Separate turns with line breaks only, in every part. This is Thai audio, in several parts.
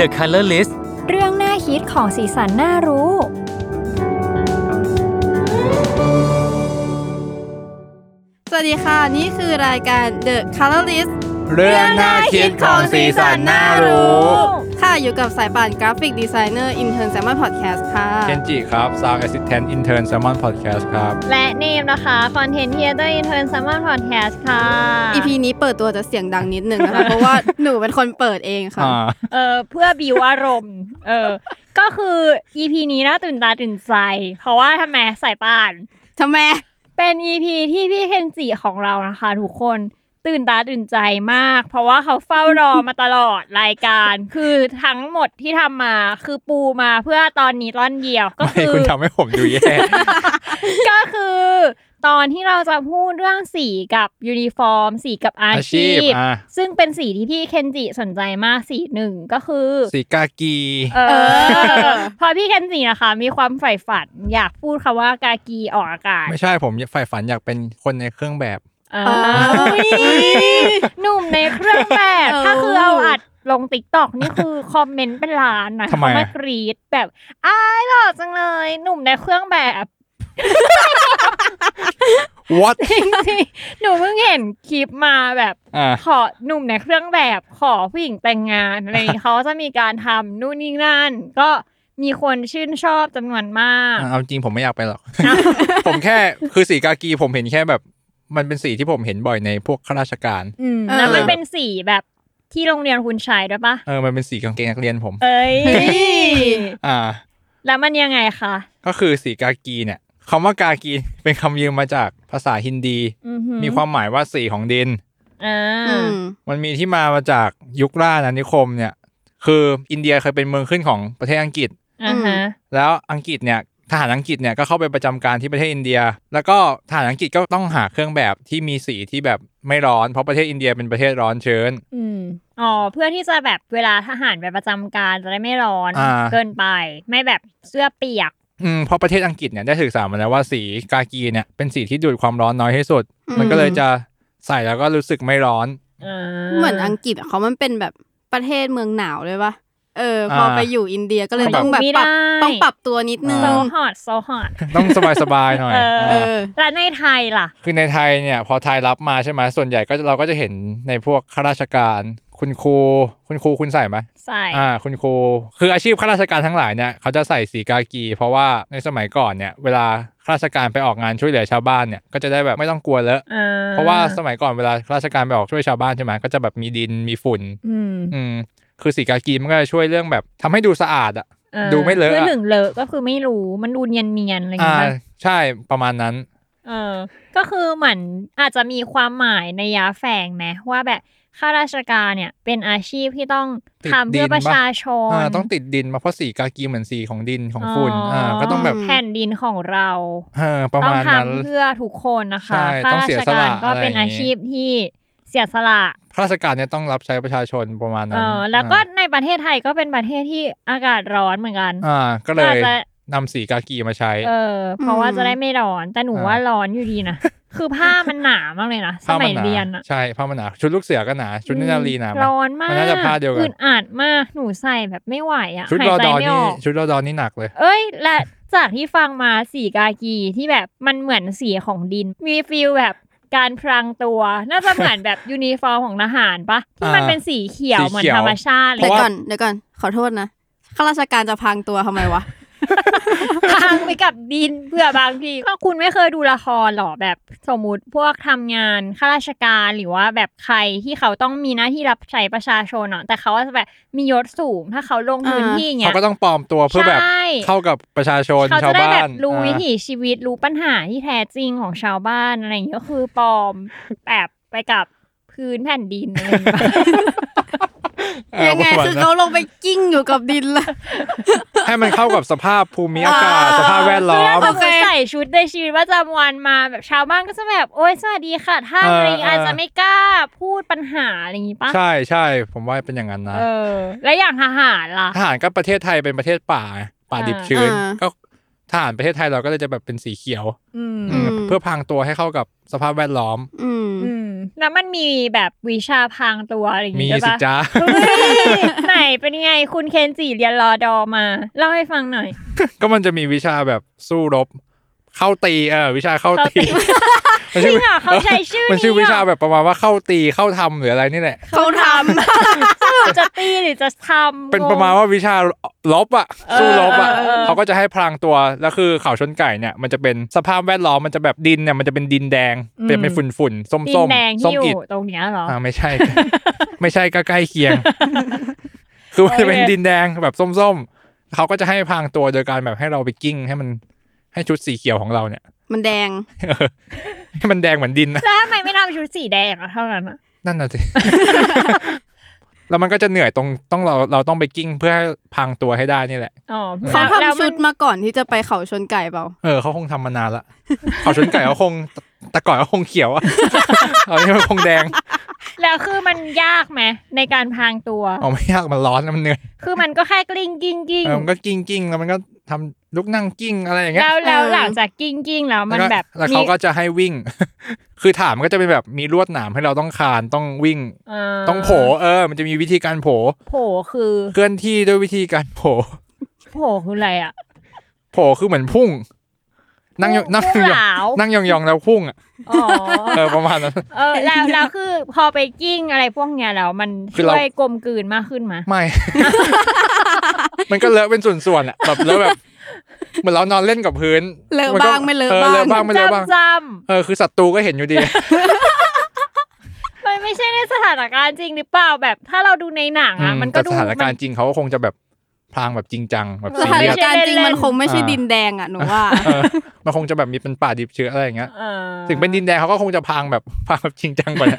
The Color List
เรื่องหน้าฮิตของสีสันน่ารู้
สวัสดีค่ะ นี่คือรายการ The Colorist
เรื่องน่าคิดของสีสันน่ารู้
ค่ะ อยู่กับสายป่านกราฟิกดีไซเนอร์อินเทอร์แซมมอนพอดแคสต์ค่ะ
เคนจิครับ Sound Assistant Intern Salmon Podcast ครับ
และเนมนะคะคอนเทนต์เฮียด้วยอินเทอร์นซัมมอนพอดแคสต์ค่ะ
EP นี้เปิดตัวจะเสียงดังนิดนึงนะคะ เพราะว่าหนูเป็นคนเปิดเองค่ะ
อ่า
เออเพื่อบิวอารมณ์ เออ ก็คือ EP นี้น่าตื่นตาตื่นใจ เพราะว่าทำไมสายป่าน
ทำไม
เป็น EP ที่พี่เคนจิของเรานะคะ ทุกคนตื่นตาตื่นใจมาก เพราะว่าเขาเฝ้ารอมาตลอด รายการ คือทั้งหมดที่ทำมาคือปูมาเพื่อตอนนี้ตอนเดียวก็
ไม่
คือ
คุณทำให้ผมดูแย่
ก็คือ ตอนที่เราจะพูดเรื่องสีกับยูนิฟอร์ม สีกับอา
อาชี
ชี
พ
พ
อ่ะ
ซึ่งเป็นสีที่พี่เคนจิสนใจมากสีหนึ่งก็คือ
สีกากี
เอ
อ
อ พอพี่เคนจินะคะ มีความใฝ่ฝันอยากพูดคำว่ากากีออกอากาศ
ไม่ใช่ผมใฝ่ฝันอยากเป็นคนในเครื่องแบบ
เอออุ๊ยหนุ่มในเครื่องแบบ
เออ
ถ้าคือเอาอัดลงติ๊กตอกนี่คือคอมเมนต์เป็นล้านนะ
ทำไมอะ
เขาากรีดแบบอ้ายหล่อจังเลย หนุ่มในเครื่องแบบ
What
จริงๆหนูเพิ่งเห็นคลิปมาแบบ
อ่า
ขอหนุ่มในเครื่องแบบขอผู้หญิงแต่งงานอะไรอย่างงี้ เขาจะมีการทำนู่นนี่นั่น ก็มีคนชื่นชอบจำนวนมาก
เอาจริงผมไม่อยากไปหรอก ผมแค่คือสีกากีผมเห็นแค่แบบ มันเป็นสีที่ผมเห็นบ่อยในพวกข้าราชการ
แล้วมัน
เออ
เป็นสีแบบที่โรงเรียนคุณชายด้วยปะ
เออ มันเป็นสีกางเกงนักเรียนผม
เอ้ย
อ่า
แล้วมันยังไงคะ
ก็คือสีกากีเนี่ยคำว่ากากี เป็นคำยืมมาจากภาษาฮินดี
อือหือ
มีความหมายว่าสีของดิน
อ่า
อืม
มันมีที่มามาจากยุคล่าอาณานิคมเนี่ย คืออินเดียเคยเป็นเมืองขึ้นของประเทศอังกฤษ
อ่าฮะ
แล้วอังกฤษเนี่ยทหารอังกฤษเนี่ยก็เข้าไปประจำการที่ประเทศอินเดีย แล้วก็ทหารอังกฤษก็ต้องหาเครื่องแบบที่มีสีที่แบบไม่ร้อนเพราะประเทศอินเดียเป็นประเทศร้อนเชิญ
อืมอ๋อ เพื่อที่จะแบบเวลาทหารไปประจำการจะได้ไม่ร้อน
อ่า
เกินไป ไม่แบบเสื้อเปียก
อืมเพราะประเทศอังกฤษเนี่ยได้ศึกษามาแล้วว่าสีกากีเนี่ยเป็นสีที่ดูดความร้อนน้อยที่สุด
อืม
มันก็เลยจะใส่แล้วก็รู้สึกไม่ร้อน
อ่า
เหมือนอังกฤษอะเขามันเป็นแบบประเทศเมืองหนาวเลยปะเออ พอ
อ่า
ไปอยู่อินเดียก็เลยต้องแบบ
ไม่
ปรั
ได้
บต้องปรับตัวนิดนึง
โซฮอตโซฮอต
ต้องสบายสบายๆหน่อย
เออ
เอ
เออ
อ
แล้วในไทยล่ะ
คือในไทยเนี่ยพอไทยรับมาใช่ไหมส่วนใหญ่ก็จะเราก็จะเห็นในพวกข้าราชการ คุณครูคุณครูคุณใส่ไหม
ใส่
อ่าคุณครูคืออาชีพข้าราชการทั้งหลายเนี่ยเขาจะใส่สีกากี เพราะว่าในสมัยก่อนเนี่ยเวลาข้าราชการไปออกงานช่วยเหลือชาวบ้านเนี่ยก็จะได้แบบไม่ต้องกลัวเลอะ
อ่
เพราะว่าสมัยก่อนเวลาข้าราชการไปออกช่วยชาวบ้านใช่ไหมก็จะแบบมีดินมีฝุ่น
อืม
อืมคือสีกากีมันก็จะช่วยเรื่องแบบทำให้ดูสะอาดอ่ะ
เออ
ดูไม่เลอะอะ
พื่ถึงเลอะก็คือไม่รู้มันดูเนียนเนียนๆอะไรอย่าง
อ่า
เงี้ย
ใช่ประมาณนั้น
เออ ก็คือเหมือนอาจจะมีความหมายในยาแฝงไหมว่าแบบข้าราชการเนี่ยเป็นอาชีพที่ต้อง
ติด
ทำ
ดิ
เพื่
น
อประชาชน
อ่าต้องติดดินมาเพราะสีกากีเหมือนสีของดินของฝุ่นอ่าก็ต้องแบบ
แผ่นดินของเรา
เออประ
ต้อง
มาณนั้น
ทำเพื่อทุกคนนะคะ
ใช่
ข้า
ต้อง
รา
เสีย
ช
ส
การ
ละ
ก็เป็น
อะไรอย่างงี้
อาชีพที่เสียสละ
ข้าราชการเนี่ยต้องรับใช้ประชาชนประมาณนั้
เอน อ แล้วก็
อ่า
ในประเทศไทยก็เป็นประเทศที่อากาศร้อนเหมือนกัน
อ่าก็เลย
อาจจะ
นำสีกากีมาใช้
เออ เพราะว่าจะได้ไม่ร้อน แต่หนู
อ่า
ว่าร้อนอยู่ดีนะ คือผ้ามันหนามากเลยนะ ส
ผ้า
มัย
หา
เรียนอะ
ใช่ผ้ามันหนาชุดลูกเสือก็หนาชุดนินารีหนาไหม
ร้อนมาก
มันน่าจะผ้าเดียวกั
อึ
น
ดอัดมากหนูใส่แบบไม่ไหวอ่ะ
ชุด
หาย
รอ
ใจ
ดอ
ไม่อ
นี่
อก
ชุดรอดอนี่หนักเลย
เอ้ย และจากที่ฟังมาสีกากีที่แบบมันเหมือนสีของดิน มีฟิลแบบการพรางตัว น่าจะเหมือนแบบ ยูนิฟอร์มของทหารปะที่มัน
อ่า
เป็นสีเขียว
สี
เหมือน
เขียว
ธรรมชาติเล
เดี๋
ย
ยว
พราะว่า
ก่อนเดี๋ยวก่อนขอโทษนะข้าราชการจะพังตัวทำไมวะ
ทางไปกับดินเพื่อบางทีก็คุณไม่เคยดูละครหรอแบบสมมติพวกทำงานข้าราชการหรือว่าแบบใครที่เขาต้องมีหน้าที่รับใช้ประชาชนอ่ะแต่เขาจะแบบมียศสูงถ้าเขาลงพื้นที่อย่างเงี้
เขา
ย
ก็ต้องปลอมตัวเพื่อแบบ
ใช่
เข้ากับประชาชน
เขา
ชา
จะ
ว
ได้
บ้า
แบ
น
บรู้วิ
อ่า
ถีชีวิตรู้ปัญหาที่แท้จริงของชาวบ้านอะไรอย่างเงี้ยก็คือปลอมแบบไปกับพื้นแผ่นดินอะไรอย่างเงี้ย
ยังไงคือเขาลงไปกิ้งอยู่กับดินเลย
ให้มันเข้ากับสภาพภูมิอากาศ
อ่า
สภาพแวดล้ อม
คือถ้า
โเค
เขาใส่ชุดในชีวิตประจำวันมาแบบชาวบ้านก็จะแบบโอ๊ยสวัสดีค่ะท่าน
เอออ
อะไรอย่างเงี้ย
เอ
อาจ
ออ
จะไม่กล้าพูดปัญหาอะไรอย่างงี้ปะ
ใช่ใช่ผมว่าเป็นอย่างนั้นนะ
เออ และอย่างทหารล่ะ
ทหารก็ประเทศไทยเป็นประเทศป่าไงป่า
อ่า
ดิบชื้น
อ่า
ก็ทหารประเทศไทยเราก็เลยจะแบบเป็นสีเขียว
อืม
อืมเพื่อพรางตัวให้เข้ากับสภาพแวดล้อม
อืม
อืมแล้วมันมีแบบวิชาพรางตัวอะไรอย่าง
มี
งี้ใช่
สิ
ปะ
จ้า
เฮ้ยไหนเป็นไงคุณเคนจิเรียนรอดอมา เล่าให้ฟังหน่อย
ก็มันจะมีวิชาแบบสู้รบ เข้าตีเออวิชาเข้าตี
เข้า ตีจริงเหรอเขาใช้ชื่อนี้เหรอ
มันชื่อวิชาแบบประมาณว่าเข้าตีเข้าทำหรืออะไรนี่แหละ
เขาท
คือจะตีหรือจะทำ
เป็นประมาณว่าวิชาลบอ่ะสู้รบอ่ะเขาก็จะให้พรางตัวแล้วคือเขาชนไก่เนี่ย มันจะเป็นสภาพแวดล้อมมันจะแบบดินเนี่ยมันจะเป็นดินแดงเป็นเป็นฝุ่นฝุ่นๆส้ม
ดิ
ส้
น
ม
แดง
ส้
ที่
ม
อยู่
อิด
ตรงเนี้ยเหรอ
อ่าไม่ใช่ ไม่ใช่ก็ใกล้เคียง คือมันจะเป็น
โอเค
ดินแดงแบบส้มส้มๆเขาก็จะให้พรางตัวโดยการแบบให้เราไปกิ้ง ให้มันให้ชุดสีเขียวของเราเนี่ย
ำ มันแดง
ให้มันแดงเหมือนดิน นะ
แล้วทำไมไม่ทำชุดสีแดงอะเท่านั้นอะ
นั่นน่ะสิ แล้วมันก็จะเหนื่อยตรงต้องเราเราต้องไปกิ้งเพื่อให้พรางตัวให้ได้นี่แหละ
อ๋อ
เขา
แล้ว
ทำ
มั
ชุ
น
ดมาก่อนที่จะไปเขาชนไก่เปล่า
เออเขาคงทำมานานละ เขาชนไก่เขาคงตแต่ก่อนเขาคงเขียวอะ ตอนนี้มันคงแดง
แล้วคือมันยากไหมในการพรางตัว
เอาไม่ยากมันร้อนมันเหนื่อย
คือมันก็แค่กลิ้งกิ้งกิ้ง
เออมันก็กิ้งกิ้งแล้วมันก็ทำลุกนั่งกิ้งอะไรอย่างเงี้ย
แล้วแล้ว
เออ
หลังจากกิ้งกิ้งแล้วมัน
ล้วก็
แบบ
แล้วเขาก็จะให้วิ่ง คือถามนก็จะเป็นแบบมีลวดหนามให้เราต้องคานต้องวิ่ง
เอ่อ
ต้องโผล่เออ มันจะมีวิธีการโผล่
โผล่คือ
เคลื่อนที่ด้วยวิธีการโผล่
โผล่คืออะไรอ่ะ
โผล่คือเหมือนพุ่ง นั่งยองนั่ง
พุ่
ยอง
หลาว
นั่งยองๆแล้วพุ่งอะ
อ๋อ
哦
เออประมาณ นั้น
เออแล้วแล้วคือพอไปกิ้งอะไรพวกเนี้ยแล้วมัน
คือ
ช่
เรา
วยกลมกลืนมากขึ้นไหม
ไม่ มันก็เลอะเป็นส่วนๆอ่ะแบบเลอะแบบ เหมือนเรานอนเล่นกับพื้น
เลอะ
มันก็
บ้างไม่เลอะ
เลอะบ้า
บ้าง ง
ไม่เลอะบ้าง
จำจ
เออคือศัตรูก็เห็นอยู่ดี
ำมันไม่ใช่ในสถานการณ์จริงหรือเปล่าแบบถ้าเราดูในหนัง
อื
อ่ะ
ม
มันก็
แต่
ดู
สถานการณ์
มัน
จริงเขาก็คงจะแบบพลางแบบจริงจังแบบ
ส
ซี
ถาน
เรียส
การณ์จริงมันคงไม่ใช่ดินแดงอ่ะหนูว่า
เออมันคงจะแบบมีเป็นป่าดิบเชื้ออะไรอย่างเงี้ย
เออ
ถึงเป็นดินแดงเขาก็คงจะพลางแบบ พลางแบบจริงจังกว่านะ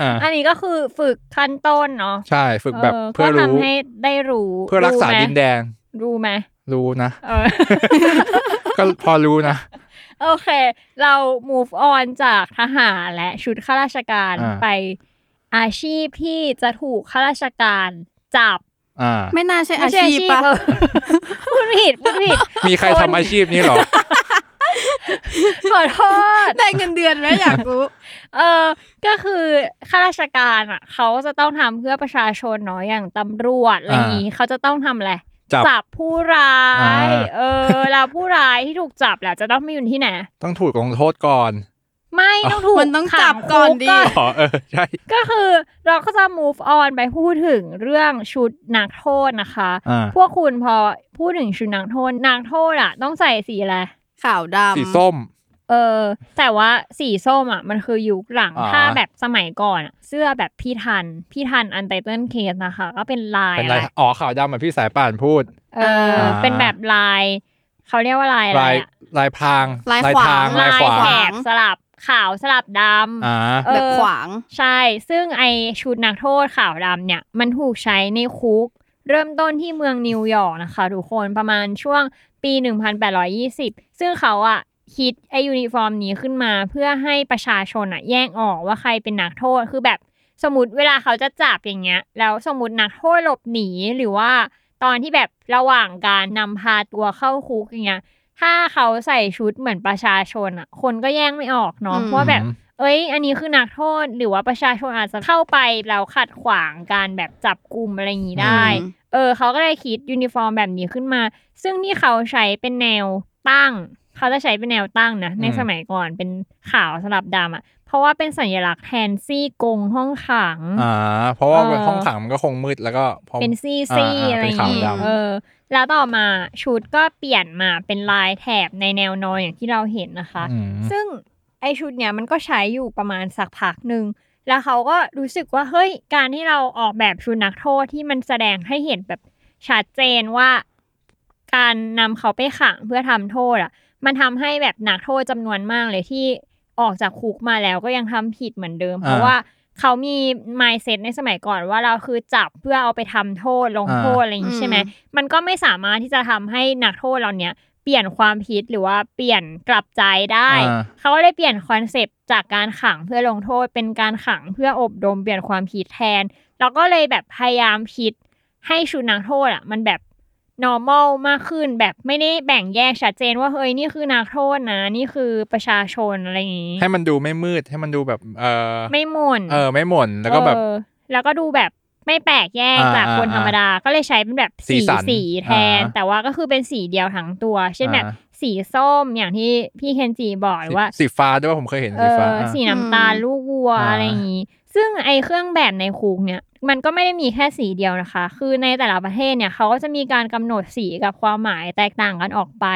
อ่า
อันนี้ก็คือฝึกขั้นต้นเนาะ
ใช่ฝึกแบบเพื่อ
ก็
รู้
ทำให้ได้รู้
เพื่อรักษาดินแดง
รู้ไหม
รู้นะ
เอ อ
ก็พอรู้นะ
โอเค เรา move on จากทหารและชุดข้าราชการ
อ่า
ไปอาชีพที่จะถูกข้าราชการจับ
อ่า
ไม่น่าใช่
ไม่
อา
ใช่
ชีพปะ
เออพูดผิดพูดผิด
มีใครทำอาชีพ นี้เหรอ
ขอโทษ
ได้เงินเดือนไหมอยากรู้
เออก็คือข้าราชการอ่ะ เขาจะต้องทำเพื่อประชาชนเนาะอย่างตำรวจอะไรอย่างนี้เขาจะต้องทำอะไร
จับ
ผู้ร้าย
อ่า
เออแล้วผู้ร้ายที่ถูกจับแหละจะต้องไม่อยู่ที่ไหน
ต้องถูกลงโทษก่อน
ไม่ต้องถูก
มันต้อง
ขั
จับก่อน
คุ
ดิ
อ๋อเออใช่
ก็คือเราก็จะ move on ไปพูดถึงเรื่องชุดนักโทษนะคะ
อ่า
พวกคุณพอพูดถึงชุดนักโทษนักโทษอ่ะ ต้องใส่สีอะไร
ขาวดำ
สีส้ม
เออแต่ว่าสีส้มอ่ะมันคือยุคหลัง
อ่า
ถ้าแบบสมัยก่อนอะเสื้อแบบพี่ทัน พี่ทันอันไตเติลเคสนะคะ ก็เป็นลาย
เป็นไร
อะไร
อ๋อขาวดำเหมือนพี่สายป่านพูด
เอออา เป็นแบบลาย เขาเรียกว่าลายอะไร
ลาย
อะ
ลายพราง
ลาย
ลาย
ขวาง
ทางลายขวา
แถบ
ง
สลับขาวสลับดำ
อ่า
เออ
แบบขวาง
ใช่ ซึ่งไอชุดนักโทษขาวดำเนี่ย มันถูกใช้ในคุก เริ่มต้นที่เมืองนิวยอร์กนะคะ ทุกคนประมาณช่วงปี 1820 ซึ่งเขาอะคิดไอยูนิฟอร์มนี้ขึ้นมาเพื่อให้ประชาชนอะแยกออกว่าใครเป็นนักโทษ คือแบบสมมติเวลาเขาจะจับอย่างเงี้ย แล้วสมมตินักโทษหลบหนีหรือว่าตอนที่แบบระหว่างการนำพาตัวเข้าคุกอย่างเงี้ย ถ้าเขาใส่ชุดเหมือนประชาชนอะคนก็แยกไม่ออกเนาะ
อืม
ว่าแบบ เอ้ย อันนี้คือนักโทษ หรือว่าประชาชนอาจจะเข้าไปแล้วขัดขวางการแบบจับกลุ่มอะไรอย่างนี้ได้
อืม
เออ เขาก็เลยคิดยูนิฟอร์มแบบนี้ขึ้นมา ซึ่งที่เขาใช้เป็นแนวตั้ง เขาจะใช้เป็นแนวตั้งนะใน
อืม
สมัยก่อนเป็นขาวสลับดำอ่ะ เพราะว่าเป็นสัญลักษณ์แทนซี่กงห้องขัง
อ่า เพราะว่า
เออ
ห้องขังมันก็คงมืดแล้วก็พอ
เป็นซี่ซี่
อ่าๆ
อะไรอย่าง
เป็น
เงี้
ขาย วดำ
เออ แล้วต่อมาชุดก็เปลี่ยนมาเป็นลายแถบในแนวนอนอย่างที่เราเห็นนะคะ
อืม
ซึ่งไอชุดเนี้ยมันก็ใช้อยู่ประมาณสักพักหนึ่ง แล้วเขาก็รู้สึกว่าเฮ้ยการที่เราออกแบบชุดนักโทษที่มันแสดงให้เห็นแบบชัดเจนว่า การนำเขาไปขังเพื่อทำโทษอ่ะ มันทำให้แบบนักโทษจำนวนมากเลยที่ออกจากคุกมาแล้วก็ยังทำผิดเหมือนเดิม
อ่า
เพราะว่าเขามี mindset ในสมัยก่อนว่าเราคือจับเพื่อเอาไปทำโทษลงโทษ
อ่า
อะไรอย่างนี้ใช่ไหม
อืม
มันก็ไม่สามารถที่จะทำให้นักโทษเราเนี้ยเปลี่ยนความผิดหรือว่าเปลี่ยนกลับใจได้
อ่า
เขาก็เลยเปลี่ยนคอนเซปต์จากการขังเพื่อลงโทษเป็นการขังเพื่ออบรมเปลี่ยนความคิดแทน แล้วก็เลยแบบพยายามคิดให้ชุดนักโทษอ่ะมันแบบ normal มากขึ้นแบบไม่ได้แบ่งแยกชัดเจนว่าเฮ้ยนี่คือนักโทษนะ นี่คือประชาชนอะไรอย่างนี้
ให้มันดูไม่มืดให้มันดูแบบ เออ
ไม่หม่น
เออไม่หม่นแล้วก็แบบ
เออแล้วก็ดูแบบไม่แปลกแยก
อ่า
จากคนธรรมดา ก็เลยใช้เป็นแบบสี
สีสัน
สีแทน
อ่า
แต่ว่าก็คือเป็นสีเดียวทั้งตัว เช่นแบบ
อ่า
สีส้มอย่างที่พี่เคนจีบอกหรือว่า
สีฟ้าด้วยว่าผมเคยเห็น
เอ
สีฟ้า
อ
อ่ะ
สีน้ำตาล
อืม
ลูกวัว
อ่า
อะไรอย่างนี้ ซึ่งไอเครื่องแบบในคุกเนี่ย มันก็ไม่ได้มีแค่สีเดียวนะคะ คือในแต่ละประเทศเนี่ยเขาก็จะมีการกำหนดสีกับความหมายแตกต่างกันออกไป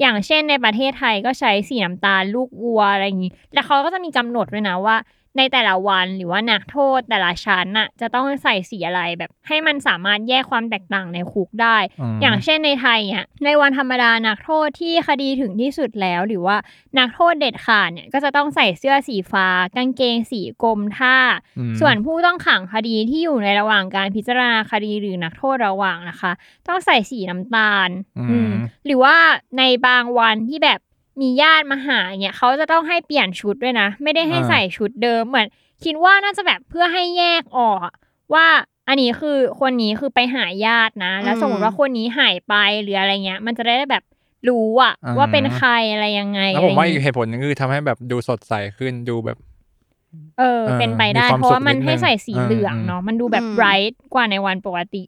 อย่างเช่นในประเทศไทยก็ใช้สีน้ำตาลลูกวัวอะไรอย่างนี้ แล้วเขาก็จะมีกำหนดด้วยนะว่า ในแต่ละวันหรือว่านักโทษแต่ละชั้นน่ะจะต้องใส่สีอะไรแบบ ให้มันสามารถแยกความแตกต่างในคุกได้
ม
อย่างเช่นในไทยเนี่ยในวันธรรมดานักโทษที่คดีถึงที่สุดแล้ว หรือว่านักโทษเด็ดขาดเนี่ยก็จะต้องใส่เสื้อสีฟ้า กางเกงสีกรมท่า
อืม
ส่วนผู้ต้องขังคดีที่อยู่ในระหว่างการพิจารณาคดีหรือนักโทษระหว่างนะคะ ต้องใส่สีน้ำตาล
อื
อื
ม
มหรือว่าในบางวันที่แบบมีญาติมาหาเนี่ยเขาจะต้องให้เปลี่ยนชุดด้วยนะ ไม่ได้ให้
อ่า
ใส่ชุดเดิมเหมือน คิดว่าน่าจะแบบเพื่อให้แยกออกอะว่าอันนี้คือคนนี้คือไปหาญาตินะ แล้ว
อืม
สมมติว่าคนนี้หายไปหรืออะไรเงี้ย มันจะได้แบบรู้อะว่าเป็นใครอะไรยังไง
แล้วผมว่า
อะไร
อี
เงี้
ก
ย
เหตุผลหนึงคือทำให้แบบดูสดใสขึ้นดูแบบ
เออ
เออ
เป็นไปได้
มีความ
เพราะว่ามัน
สุขนิด
ให้ใส่สี
นึง
เหลือง
อืม
เนาะมันดูแบบ
อืม
ไบรท์กว่าในวันปกติ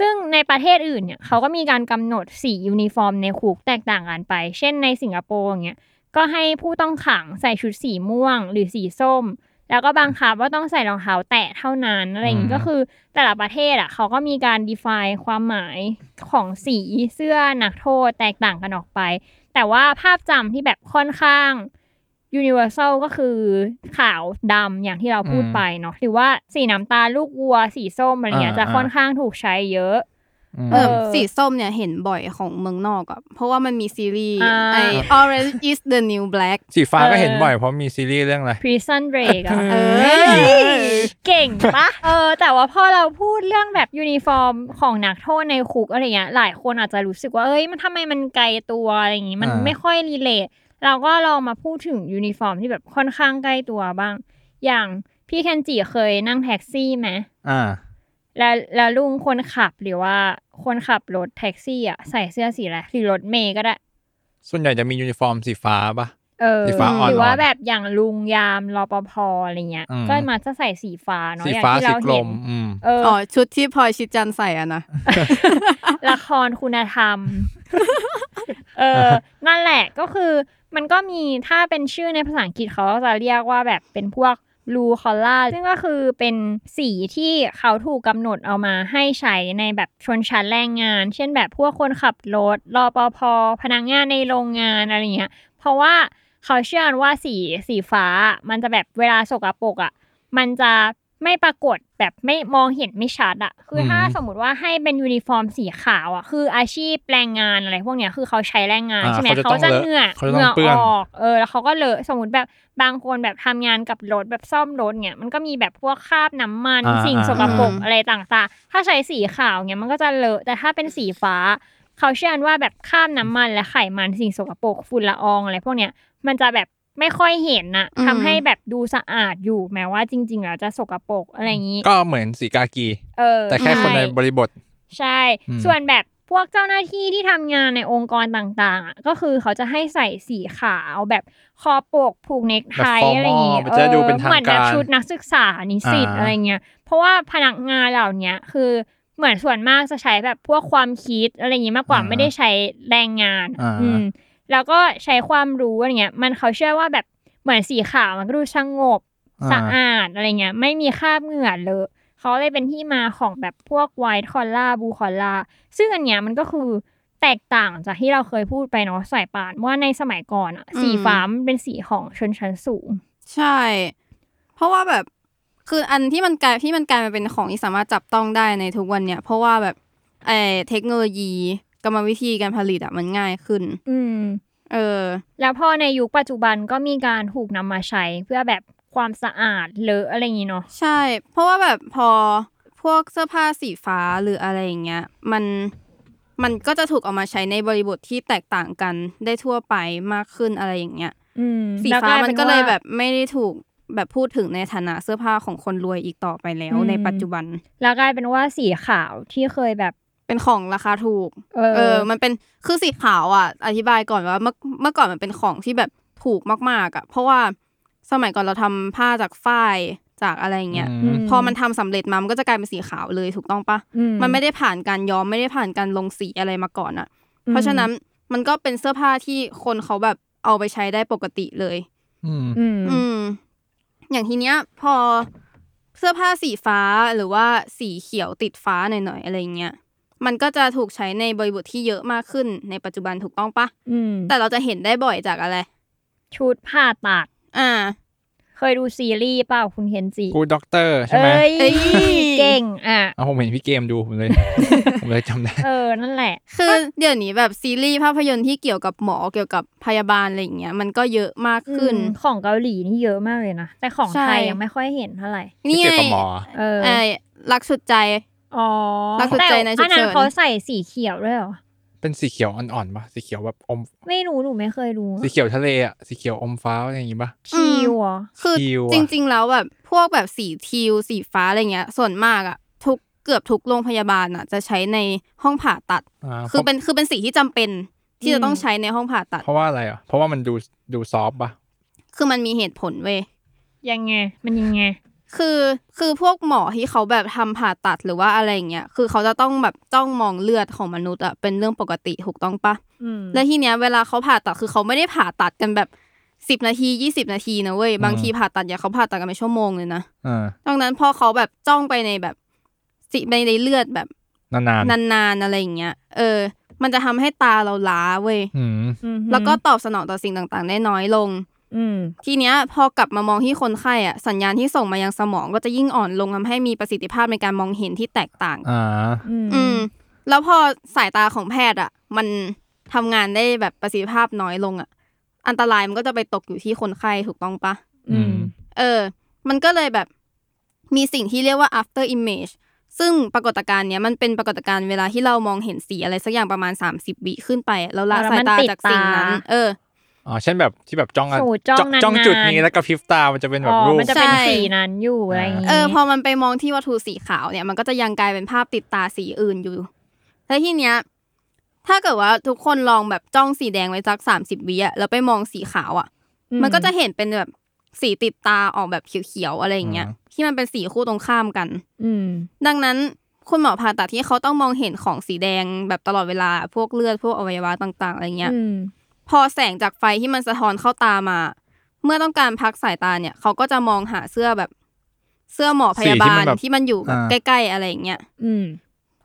ซึ่งในประเทศอื่นเนี่ยเขาก็มีการกำหนดสียูนิฟอร์มในคุกแตกต่างกันไป เช่นในสิงคโปร์อย่างเงี้ย ก็ให้ผู้ต้องขังใส่ชุดสีม่วงหรือสีส้ม แล้วก็บังคับว่าต้องใส่รองเท้าแตะเท่านั้นอะไรอย่าง
อื
นี้
ม
ก็คือแต่ละประเทศอ่ะเขาก็มีการ define ความหมายของสีเสื้อนักโทษแตกต่างกันออกไป แต่ว่าภาพจำที่แบบค่อนข้าง universal ก็คือขาวดำอย่างที่เราพูดไปเนาะหรือว่าสีน้ำตาลลูกวัว สีส้มอะไรเงี้ยจะค่อนข้างถูกใช้เยอะ
เออ
เออ
สีส้มเนี่ยเห็นบ่อยของเมืองนอกอะเพราะว่ามันมีซีรีส์
อ่า
ไอ Orange is the New Black
สีฟ้าก็เห็น
เออ
บ่อยเพราะมีซีรีส์เรื่องอะไร
prison break อะ
เออ
เก่งปะ เออ แต่ว่าพอเราพูดเรื่องแบบยูนิฟอร์มของนักโทษในคุกอะไรเงี้ย หลายคนอาจจะรู้สึกว่า เอ้ย มันทำไมมันไกลตัวอะไรอย่างงี้ มัน
อ่า
ไม่ค่อยรีเลท เราก็ลองมาพูดถึงยูนิฟอร์มที่แบบค่อนข้างใกล้ตัวบ้าง อย่างพี่เคนจิเคยนั่งแท็กซี่ไหม
อ่า
แล้วแล้วลุงคนขับหรือว่าคนขับรถแท็กซี่อ่ะใส่เสื้อสีอะไรหรือรถเมย์ก็ได้
ส่วนใหญ่จะมียูนิฟอร์มสีฟ้าปะ
เออ
สีฟ้าอ่อนๆ
หรือว่าแบบอย่างลุงยามรปภอะไรเงี้ย
อืม
ก็มาจะใส่สีฟ้าเนาะ
สี
อย่าง
ฟ้า
ที่
สี
เรา
กล
เห็น
ม อืม
เออ
อ๋อ ชุดที่พลอยชิดจันทร์ใส่อะนะ
ละครคุณธรรม เออ นั่นแหละก็คือ มันก็มีถ้าเป็นชื่อในภาษาอังกฤษเขาก็จะเรียกว่าแบบเป็นพวกลูคอล่าซึ่งก็คือเป็นสีที่เขาถูกกำหนดเอามาให้ใช้ในแบบชนชั้นแรงงาน เช่นแบบพวกคนขับรถรอปภพนักงานในโรงงานอะไรเงี้ย เพราะว่าเขาเชื่อกันว่าสีสีฟ้า มันจะแบบเวลาสกปรกอ่ะ มันจะไม่ปรากฏแบบไม่มองเห็นไม่ชัดอะคืออ
ม
ถ้าสมมติว่าให้เป็นยูนิฟอร์มสีขาวอะคืออาชีพแรงงานอะไรพวกเนี้ยคือเขาใช้แรงงานใช่ไหม
อ่
เขาจะเหงื่อ
เขาจะ
เหงื่
ต้อ
อง
เปื้อน
ออกเออแล้วเขาก็เลอะสมมติแบบบางคนแบบทำงานกับรถแบบซ่อมรถเนี่ยมันก็มีแบบพวกคราบน้ำมัน
อ่า
สิ่ง
อ่า
สกปรก
อืม
อะไรต่างๆ ถ้าใช้สีขาวเนี่ยมันก็จะเลอะแต่ถ้าเป็นสีฟ้า เขาเชื่อกันว่าแบบข้ามน้ำมันและไขมันสิ่งสกปรกฝุ่นละอองอะไรพวกเนี้ยมันจะแบบไม่ค่อยเห็นนะ
อืม
ทำให้แบบดูสะอาดอยู่แม้ว่าจริงๆแล้วจะสกปรกอะไรอย่างนี้
ก็เหมือนสีกากี
เออ
แต่แค่คนใน
ช่
บริบท
ใช่
อืม
ส่วนแบบพวกเจ้าหน้าที่ที่ทำงานในองค์กรต่างๆอะก็คือเขาจะให้ใส่สีขาวแบบคอปกผูกเนคไท
แบบ
อะไรอย่าง
formal
งี้
มันจะดูเป็นทางการ
เหมือนแบบชุดนักศึกษานิสิต
อ่า
อะไรเงี้ยเพราะว่าพนักงานเหล่าเนี้ยคือเหมือนส่วนมากจะใช้แบบพวกความคิดอะไรอย่างงี้มากกว่าไม่ได้ใช้แรงงาน
อ่า
อืม แล้วก็ใช้ความรู้อะไรเงี้ย มันเขาเชื่อว่าแบบเหมือนสีขาวมันก็ดูสงบ
อ่า
สะอาดอะไรเงี้ย ไม่มีคราบเหงื่อเลอะเขาเลยเป็นที่มาของแบบพวกไวท์คอลล่าบูคอลล่าซึ่งอันเนี้ยมันก็คือแตกต่างจากที่เราเคยพูดไปเนาะสายป่านว่าในสมัยก่อนอะ
อืม
สีฟ้ามันเป็นสีของชนชั้นสูง
ใช่ เพราะว่าแบบคืออันที่มันกลายที่มันกลายมาเป็นของที่สามารถจับต้องได้ในทุกวันเนี่ย เพราะว่าแบบเออเทคโนโลยีกรรมวิธีการผลิตอะมันง่ายขึ้น
อืม
เออ
แล้วพอในยุคปัจจุบันก็มีการถูกนำมาใช้เพื่อแบบความสะอาดเลอะอะไรอย่างงี้เนาะ
ใช่ เพราะว่าแบบพอพวกเสื้อผ้าสีฟ้าหรืออะไรอย่างเงี้ย มันมันก็จะถูกเอามาใช้ในบริบทที่แตกต่างกันได้ทั่วไปมากขึ้นอะไรอย่างเงี้ย
อืม
สี
แล้ว
ฟ้ามันก็เลยแบบ
ป็นว่า
ไม่ได้ถูกแบบพูดถึงในฐานะเสื้อผ้าของคนรวยอีกต่อไปแล้ว
อืม
ในปัจจุบัน
แล้วกลายเป็นว่าสีขาวที่เคยแบบ
เป็นของราคาถูก
เออ
เออ มันเป็นคือสีขาวอ่ะ อธิบายก่อนว่าเมื่อเมื่อก่อนมันเป็นของที่แบบถูกมากๆอ่ะ เพราะว่าสมัยก่อนเราทำผ้าจากฝ้ายจากอะไรอย่างเงี้ย
อืม
พอมันทำสำเร็จมา มันก็จะกลายเป็นสีขาวเลยถูกต้องปะ
อื
มันไม่ได้ผ่านการย้อมไม่ได้ผ่านการลงสีอะไรมาก่อนอะเพราะฉะนั้นมันก็เป็นเสื้อผ้าที่คนเขาแบบเอาไปใช้ได้ปกติเลย
อืม
อืม
อืม อย่างทีเนี้ยพอเสื้อผ้าสีฟ้าหรือว่าสีเขียวติดฟ้าหน่อยๆอะไรเงี้ย มันก็จะถูกใช้ในบริบทที่เยอะมากขึ้นในปัจจุบันถูกต้องปะ
อืม
แต่เราจะเห็นได้บ่อยจากอะไร
ชุดผ่าตัด
อ่า
เคยดูซีรีส์เปล่าคุณเคนจิ
กูด็อกเตอร์ใช่ไหม
เอ้ย
เอ้ย
เก่งอ่ะ
เอาผมเห็นพี่เกมดูผม เลย ผมเลยจำได้
เออ นั่นแหละ
คือเดี๋ยวนี้แบบซีรีส์ภาพยนตร์ที่เกี่ยวกับหมอเกี่ยวกับพยาบาลอะไรอย่างเงี้ยมันก็เยอะมาก
อืม
ขึ้น
ของเกาหลีนี่เยอะมากเลยนะ แต่ของ
ใช่
ไทยยังไม่ค่อยเห็นเท่าไหร่
ที่เกี่ยวกับหมอ
เออ
ไอ้รักสุดใจ
อ๋อ
รักสุดใจในฉุกเฉิน
อันนั้นเขาใส่สีเขียวด้วยเหรอ
เป็นสีเขียวอ่อนๆปะสีเขียวแบบอม
ไม่รู้หนูไม่เคยดู
สีเขียวทะเลอ่ะ สีเขียวอมฟ้าอะไรอย่างงี้ปะ
ชิวเหรอ
คือ
ทีวอะ
จริง ๆ แล้วแบบพวกแบบสีทิวสีฟ้าอะไรเงี้ย ส่วนมากอะทุกเกือบทุกโรงพยาบาลอะจะใช้ในห้องผ่าตัด
อ่าเพ
คือ
ราะ
เป็นคือเป็นสีที่จำเป็นที่
อืม
จะต้องใช้ในห้องผ่าตัด
เพราะว่าอะไรอ่ะ เพราะว่ามันดูดูซอฟต์ปะ
คือมันมีเหตุผลเว้ย
ยังไง มันยังไง
คือคือพวกหมอที่เขาแบบทำผ่าตัดหรือว่าอะไรเงี้ยคือเขาจะต้องแบบจ้องมองเลือดของมนุษย์อะเป็นเรื่องปกติถูกต้องปะ
อืม
และทีเนี้ยเวลาเขาผ่าตัดคือเขาไม่ได้ผ่าตัดกันแบบสิบนาทียี่สิบนาทีนะเว้ยบางทีผ่าตัดอย่างเขาผ่าตัดกันเป็นชั่วโมงเลยนะ
อ่า
ดังนั้นพอเขาแบบจ้องไปในแบบสิในในเลือดแบบ
นานๆ
นานๆอะไรอย่างเงี้ย เออ มันจะทำให้ตาเราล้าเว้ย
อืม
แล้วก็ตอบสนองต่อสิ่งต่างๆ ได้น้อยลง
อืม
ทีเนี้ยพอกลับมามองที่คนไข้อะสัญญาณที่ส่งมายังสมองก็จะยิ่งอ่อนลงทำให้มีประสิทธิภาพในการมองเห็นที่แตกต่าง
อ่า
อืม แล้วพอสายตาของแพทย์อะมันทำงานได้แบบประสิทธิภาพน้อยลงอะอันตรายมันก็จะไปตกอยู่ที่คนไข้ถูกต้องปะ
อืม
เออ มันก็เลยแบบมีสิ่งที่เรียกว่า after image ซึ่งปรากฏการณ์เนี้ยมันเป็นปรากฏการณ์เวลาที่เรามองเห็นสีอะไรสักอย่างประมาณ 30วิขึ้นไปอะเราละ
แล้ว
สาย
มัน
ตา
ติด
จากสิ่งนั้น
ตา
เออ
อ๋อเช่นแบบที่แบบจ้องอะ
สูตรจ้อง
จ้อง
นานๆ
จุดนี้แล้วกระพริบตามันจะเป็นแบ
อ๋
บ
อ
รูป
มันจะเป็น
ใช่
สีนั้นอยู่อะไรอย่างงี้
เออ พอมันไปมองที่วัตถุสีขาวเนี่ย มันก็จะยังกลายเป็นภาพติดตาสีอื่นอยู่ แล้วทีเนี้ย ถ้าเกิดว่าทุกคนลองแบบจ้องสีแดงไว้สัก30วิอะแล้วไปมองสีขาวอะ
อื
มันก็จะเห็นเป็นแบบสีติดตาออกแบบเขียวๆอะไรอย่างเงี้ย
อ่า
ที่มันเป็นสีคู่ตรงข้ามกัน
อืม
ดังนั้นคุณหมอผ่าตัดที่เขาต้องมองเห็นของสีแดงแบบตลอดเวลาพวกเลือดพวกอวัยวะต่าง ๆ อะไรเงี้ย
อืม
พอแสงจากไฟที่มันสะท้อนเข้าตามา เมื่อต้องการพักสายตาเนี่ย เขาก็จะมองหาเสื้อแบบเสื้อหมอพยาบาล
สีที่มันแบบ
ที่มันอยู่แบบ
อ่า
ใกล้ๆอะไรอย่างเงี้ย
อืม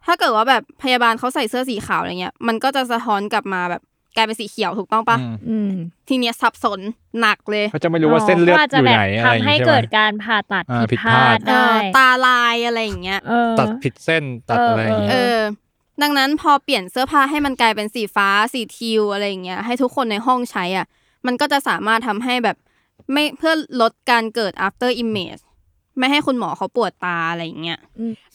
ถ้าเกิดว่าแบบพยาบาลเขาใส่เสื้อสีขาวอะไรเงี้ย มันก็จะสะท้อนกลับมาแบบกลายเป็นสีเขียวถูกต้องปะ
อืม
อืม
ทีเนี้ยสับสนหนักเลย
เขาจะไม่รู้ว่าเส้นเลือด
ก็าจ
อ
จะ
ยู่
แบบ
ไหนอะไรอย่าง
ทำให้
งี้ใช่
เกิด
ไหม
การผ่าตัด
อ่า
ผิด
ผิด
พ
พลา
ลา
ด
ด
เอ
ได้
อตาลายอะไรอย่างเงี้ย
เออ
ตัดผิดเส้นตัด
เอออ
อะไรอย่างงี้
เออ ดังนั้นพอเปลี่ยนเสื้อผ้าให้มันกลายเป็นสีฟ้าสีทิวอะไรอย่างเงี้ยให้ทุกคนในห้องใช้อ่ะ มันก็จะสามารถทำให้แบบไม่เพื่อลดการเกิด after image ไม่ให้คุณหมอเขาปวดตาอะไรอย่างเงี้ย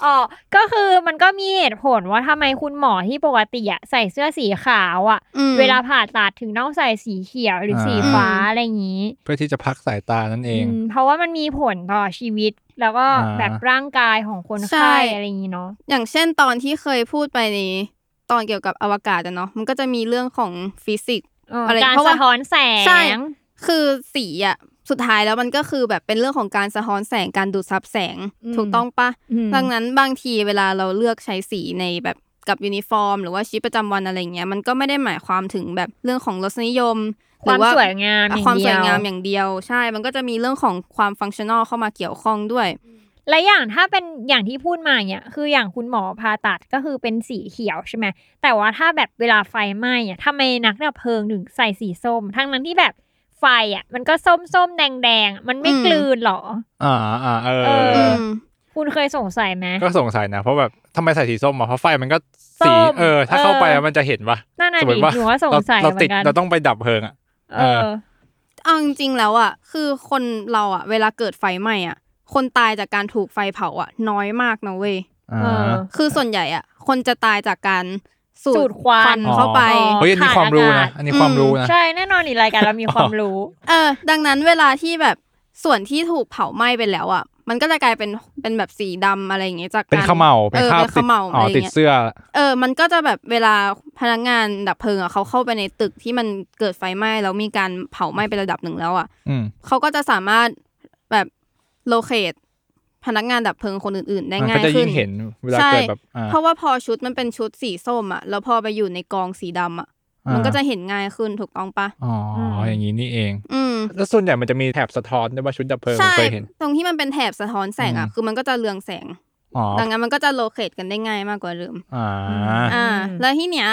อ๋อ ก็คือมันก็มีเหตุผลว่าทำไมคุณหมอที่ปกติอะใส่เสื้อสีขาวอะ
อืม
เวลาผ่าตัดถึงต้องใส่สีเขียวหรืออา สีฟ้าอะไรอย่างนี้
เพื่อที่จะพักสายตานั่นเอง
อืมเพราะว่ามันมีผลต่อชีวิต แล้วก็
อ่า
แบบร่างกายของคน
ใช่
ไข้อะไรอย่างนี้เนาะ
อย่างเช่นตอนที่เคยพูดไปในตอนเกี่ยวกับอวกาศอะเนาะมันก็จะมีเรื่องของฟิสิกส์
เออ
อะไร
การ
เพราะว่า
สะท้อนแส
ใช่
ง
คือสีอ่ะสุดท้ายแล้วมันก็คือแบบเป็นเรื่องของการสะท้อนแสงการดูดซับแสง
อืม
ถูกต้องปะ
อืม
ดังนั้นบางทีเวลาเราเลือกใช้สีในแบบ กับยูนิฟอร์ม หรือว่าชีวิตประจำวันอะไรเงี้ยมันก็ไม่ได้หมายความถึงแบบเรื่องของรสนิยม
ค
หรื
วามสวยงามอ
อ่ะ
ย่าง
ความสวย
เดี
งามอย่างเดียว ใช่ มันก็จะมีเรื่องของความฟังชั่นอลเข้ามาเกี่ยวข้องด้วย
และอย่างถ้าเป็นอย่างที่พูดมาเนี่ยคืออย่างคุณหมอผ่าตัดก็คือเป็นสีเขียวใช่ไหมแต่ว่าถ้าแบบเวลาไฟไหม้อ่ะทำไมนักดับเพลิงถึงใส่สีส้ม ทั้งนั้นที่แบบไฟอ่ะมันก็ส้มส้มๆแดงแดงๆอ่ะมันไม่
อืม
กลืนหรอ
อ่าอ่าเออ
เอ
อืม
คุณเคยสงสัยไหม
ก็สงสัยนะ เพราะแบบทำไมใส่สีส้มอ่ะเพราะไฟมันก็
ส้
สี
ม
เออ ถ้าเข้าไป
เออ
แล้วมันจะเห็นปะ
นั่นน่ะ
สมม
ดิ
ติว่า
หนูว่าสงสัย
เรา
เหมื
ติ
อ
ด
นกัน
เราต้องไปดับเพลิงอ่ะ
เออ
เอาจริงๆแล้วอ่ะคือคนเราอ่ะ เวลาเกิดไฟไหม้อ่ะ คนตายจากการถูกไฟเผาอ่ะ น้อยมากนะเว้ย
อ่า
เออ
คือส่วนใหญ่อ่ะ คนจะตายจากการสู
สู
ด
ดควัน
เข้าไป
อ๋อ
เฮ้ยอันนี้ความรู้
ขาด
นะ
อากาศ
อันนี้ความรู้นะ
ใช่แน่นอนอีกรายการเรามีความรู้
เออ ดังนั้นเวลาที่แบบส่วนที่ถูกเผาไหม้ไปแล้วอ่ะ มันก็จะกลายเป็นเป็นแบบสีดำอะไรอย่างเงี้ยจาก
เป็น
การ
ข้าวเหมาเป็น
ออ
ข้าว
เป็น
ติ
ข้า
ด
วเหมา
อ๋อ
อะไร
ติด
เงี้ย
เสื้อ
เออ มันก็จะแบบเวลาพนักงานดับเพลิงอ่ะเขาเข้าไปในตึกที่มันเกิดไฟไหม้แล้วมีการเผาไหม้ไประดับหนึ่งแล้วอ่ะ
อืม
เขาก็จะสามารถแบบโลเคตพนักงานดับเพลิงคนอื่น ๆ ได้
มัน
ง่าย
ก็จะ
ขึ้
ยิ่
น
งเห็นเวลา
ใช่
เกิดแบบอ่า
เพราะว่าพอชุดมันเป็นชุดสีส้มอ่ะแล้วพอไปอยู่ในกองสีดำอ่ะ
อ่า
มันก็จะเห็นง่ายขึ้นถูกต้องปะ
อ๋อ
ม
อย่างนี้นี่เอง
อืม
แล้วส่วนใหญ่มันจะมีแถบสะท้อนด้วยว่าชุดดับเพลิงผ
ใช่
มเคยเห็น
ตรงที่มันเป็นแถบสะท้อนแสงอ่ะ
อืม
คือมันก็จะเรืองแสง
อ๋อ
ดังนั้นมันก็จะโลเคตกันได้ง่ายมากกว่าเดิม
อ่า
อ่า
อ่า แล้วที่เนี้ย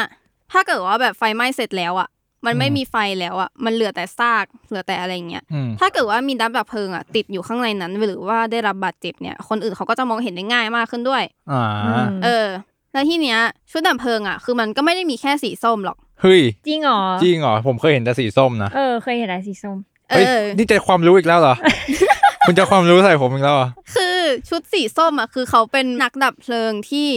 ถ้าเกิดว่าแบบไฟไหม้เสร็จแล้วอ่ะ มันไม่
อืม
มีไฟแล้วอ่ะมันเหลือแต่ซากเหลือแต่อะไรอย่างเงี้ย
อืม
ถ้าเกิดว่ามีดับดับเพลิงอ่ะติดอยู่ข้างในนั้น หรือว่าได้รับบาดเจ็บเนี่ยคนอื่นเขาก็จะมองเห็นได้ง่ายมากขึ้นด้วย
อ่า
เออ แล้วที่เนี้ยชุดดับเพลิงอ่ะคือมันก็ไม่ได้มีแค่สีส้มหรอก
เฮ้ย
จริงเหรอ
จริงเหรอผมเคยเห็นแต่สีส้มนะ
เออเคยเห็นอะไรสีส้ม
เอ
เฮ้ย
อ
นี่จะความรู้อีกแล้ว เหรอ คุณจะความรู้ใส่ผมอีกแล้วเหรอ
คือชุดสีส้มอ่ะคือเขาเป็นนักดับเพลิงที่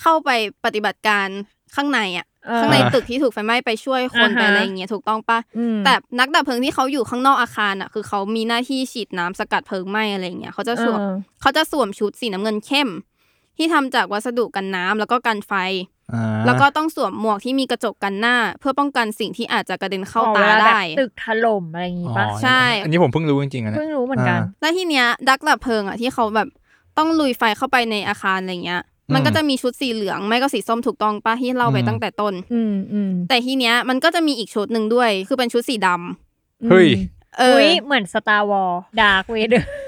เข้าไปปฏิบัติการข้างในอ่ะ
เออ
ข้างในตึกที่ถูกไฟไหม้ไปช่วยคน
อ่าฮะ
ไปอะไรอย่างเงี้ยถูกต้องปะ
อืม
แต่นักดับเพลิงที่เขาอยู่ข้างนอกอาคารอ่ะคือเขามีหน้าที่ฉีดน้ำสกัดเพลิงไหม้อะไรอย่างเงี้ยเขาจะสวม
เออ
เขาจะสวมชุดสีน้ำเงินเข้ม ที่ทำจากวัสดุกันน้ำแล้วก็กันไฟ
อ่า
แล้วก็ต้องสวมหมวกที่มีกระจกกันหน้า เพื่อป้องกันสิ่งที่อาจจะกระเด็นเข้า
อ๋อ
ตา
เวลแบบ
ได้
ตึกถล่มอะไรอย่างงี้ปะ
อ๋อ
ใช่
อันนี้ผมเพิ่งรู้จริงๆอะเนี่ย
เพิ่งรู้เหมือนกัน
อ่า
แล้วทีเนี้ยดักดับเพลิงอ่ะที่เขาแบบต้องลุยไฟเข้าไปในอาคารอะไรเงี้ย
อืม
มันก็จะมีชุดสีเหลืองไม่ก็สีส้มถูกต้องป้าที่เล่าไป
อืม
ตั้งแต่ต้น
อืมอืม
แต่ทีเนี้ยมันก็จะมีอีกชุดหนึ่งด้วย คือเป็นชุดสีดำ
อืม
เฮ้ย
เออ
อุ้ย
อ
เหมือนสตาร์วอลดาร์กเวเดอร์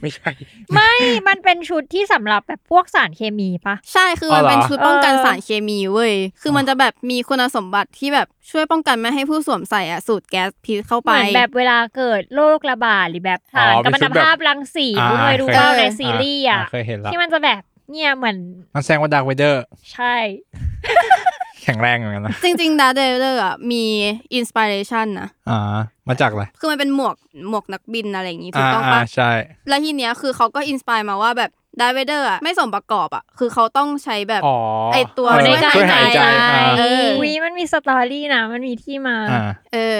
ไม่ใช่
ไม่ มันเป็นชุดที่สำหรับแบบพวกสารเคมีปะ
ใช่คือ
อ๋
มั
อนเหรอ
เป็นชุดป้องกัน
เออ
สารเคมีเว้ยคือมันจะแบบมีคุณสมบัติที่แบบช่วยป้องกันไม่ให้ผู้สวมใส่อ่ะสูดแก๊สพิษเข้า
เห
ไป
มือนแบบเวลาเกิดโรคระบาดหรือแบบ
อ๋
สาร
อ
กัมมันตภาพรังสี
อ่า
คุณเคยดูเป
เคย
ล่าใน
เออ
ซีรีส์อ่ะ
เคยเห็นละ
ที่มันจะแบบเนี่ยเหมือน
มันแสดงว่าดาร์กเวเดอร์
ใช่
แข็งแรงเหมือนกันนะ
จริงๆดาร์เดเลอร์อ่ะมีอินสปิเรชันนะ
อ่า มาจากอะไร
คือมันเป็นหมวกหมวกนักบินอะไรอย่างงี้ถู
อ่าก
ต้อง
อ่า
ปะ
ใช่
แล้วทีเนี้ยคือเขาก็อินสปายมาว่าแบบดาร์เวเดอร์อ่ะไม่สมประกอบอ่ะ คือเขาต้องใช้แบบ
อ๋อ
ไอ้ตัว
เออ
ช่วย
ช่วยหา
หาย ย
ใจ
ใจ
อ่า
เออ
วีมันมีสตอรี่นะ มันมีที่มา
อ่า
เออ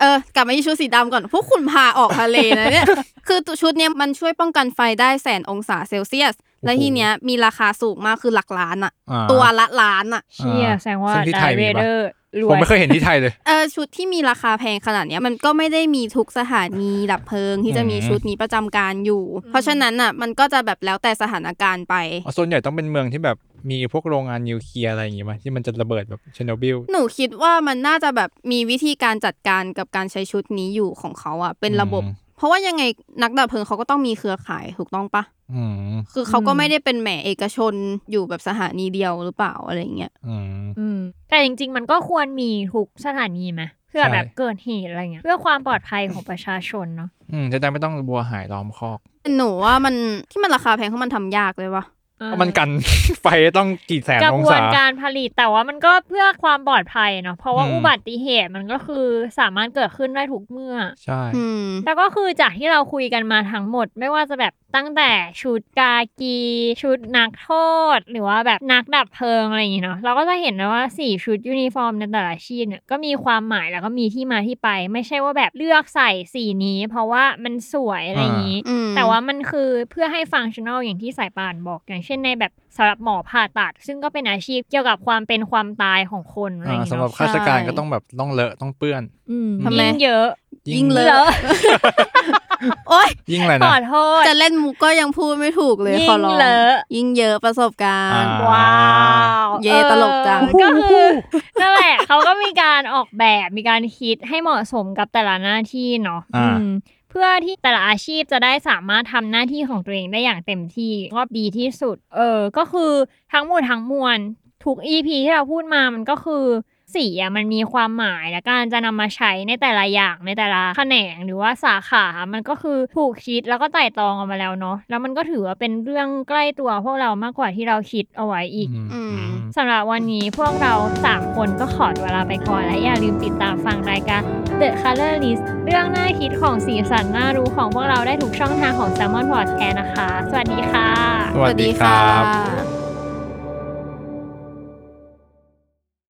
เออกลับมาที่ชุดสีดำก่อน พวกคุณพาออกทะเลนะเนี่ย คือตัวชุดเนี้ยมันช่วยป้องกันไฟได้แสนองศาเซลเซียส และทีเนี้ยมีราคาสูงมากคือหลักล้านอ่ะ
อ่า
ตัวละล้านอ่ะ
เชี่ยแสดงว่า
ซึ่งที่
ดา
ไทย
ร์เว
มีปะ
เดอร์รว
ผม
ย
ไม่เคยเห็นที่ไทยเลย
เออชุดที่มีราคาแพงขนาดเนี้ยมันก็ไม่ได้มีทุกสถานีดับเพลิงที่จะมี
อืม
ชุดนี้ประจำการอยู่ เพราะฉะนั้นอ่ะมันก็จะแบบแล้วแต่สถานการณ์ไป
อ๋อส่วนใหญ่ต้องเป็นเมืองที่แบบมีพวกโรงงานนิวเคลียร์อะไรอย่างงี้มั้ยที่มันจะระเบิดแบบเชโนบิล
หนูคิดว่ามันน่าจะแบบมีวิธีการจัดการกับการใช้ชุดนี้อยู่ของเขาอะเป็นระบบ
อืม
เพราะว่ายังไงนักดับเพลิงเขาก็ต้องมีเครือข่ายถูกต้องปะ
อืม
คือเขาก็ไม่ได้เป็นแหมเอกชนอยู่แบบสถานีเดียวหรือเปล่าอะไรเงี้ย
อืม
อืมแต่จริง ๆ มันก็ควรมีทุกสถานีไหมเพื่อ
ใช่
แบบเกิดเหตุอะไรเงี้ยเพื่อความปลอดภัยของประชาชนเนาะ
อืมจะได้ไม่ต้องบัวหายล้อมคอก
แต่หนูว่ามันที่มันราคาแพงเพราะมันทำยากเลยวะ
เพราะมันกัน ไฟต้องกี่แสน
กระ
อง
บว
ศาน
การผลิตแต่ว่ามันก็เพื่อความปลอดภัยเนาะเพราะว่าอุบัติเหตุมันก็คือสามารถเกิดขึ้นได้ทุกเมื่อ
ใช่
อืม
แล้วก็คือจากที่เราคุยกันมาทั้งหมด ไม่ว่าจะแบบตั้งแต่ชุดกากี ชุดนักโทษ หรือว่าแบบนักดับเพลิงอะไรอย่างงี้เนาะเราก็จะเห็นนะว่าสี่ชุดยูนิฟอร์มในแต่ละอาชีพเนี่ยก็มีความหมายแล้วก็มีที่มาที่ไป ไม่ใช่ว่าแบบเลือกใส่สีนี้ เพราะว่ามันสวยอะไรอย่างงี้
อืม
แต่ว่ามันคือเพื่อให้ฟังชั่นอลอย่างที่สายป่านบอกอย่างเช่นในแบบสำหรับหมอผ่าตัด ซึ่งก็เป็นอาชีพเกี่ยวกับความเป็นความตายของคนอะไรอย่าง
อ่า
งี้
สำหรับ
เนาะ
ข้าราชการ
ใช่
ก็ต้องแบบต้องเลอะต้องเปื้อน
อืม
ทำไม
ยิ่งเยอะ
ยิ่งเล
เล
อะ
อะ
โอ๊ย
ยิ่งอะไร
ข
นะ
อโทษ
จะเล่นมุกก็ยังพูดไม่ถูกเลย
ยิ่ง
ขอร้อง
เลอะ
ยิ่งเยอะประสบการณ์
อ่า
ว้าว
เย่
ออ
ตลกจัง
ก็คือ นั่นแหละ เขาก็มีการออกแบบมีการคิดให้เหมาะสมกับแต่ละหน้าที่เนาะ
อ่า
อืมเพื่อที่แต่ละอาชีพจะได้สามารถทำหน้าที่ของตัวเองได้อย่างเต็มที่รอบดีที่สุด เออ ก็คือทั้งหมดทั้งมวลทุก EP ที่เราพูดมามันก็คือสีอะมันมีความหมายและการจะนำมาใช้ในแต่ละอย่างในแต่ละแขนงหรือว่าสาขา มันก็คือถูกคิดแล้วก็ไต่ตรองออกมาแล้วเนาะแล้วมันก็ถือว่าเป็นเรื่องใกล้ตัวพวกเรามากกว่าที่เราคิดเอาไว้อีก
อืม
สำหรับวันนี้พวกเราสามคนก็ขอตัวลาไปก่อนและอย่าลืมติดตามฟังรายการ The Color List เรื่องน่าคิดของสีสันน่ารู้ของพวกเราได้ทุกช่องทางของ s ซ l m o n Podcast นะคะ สวัสดีค่ะ
สวัสดีครับ
บ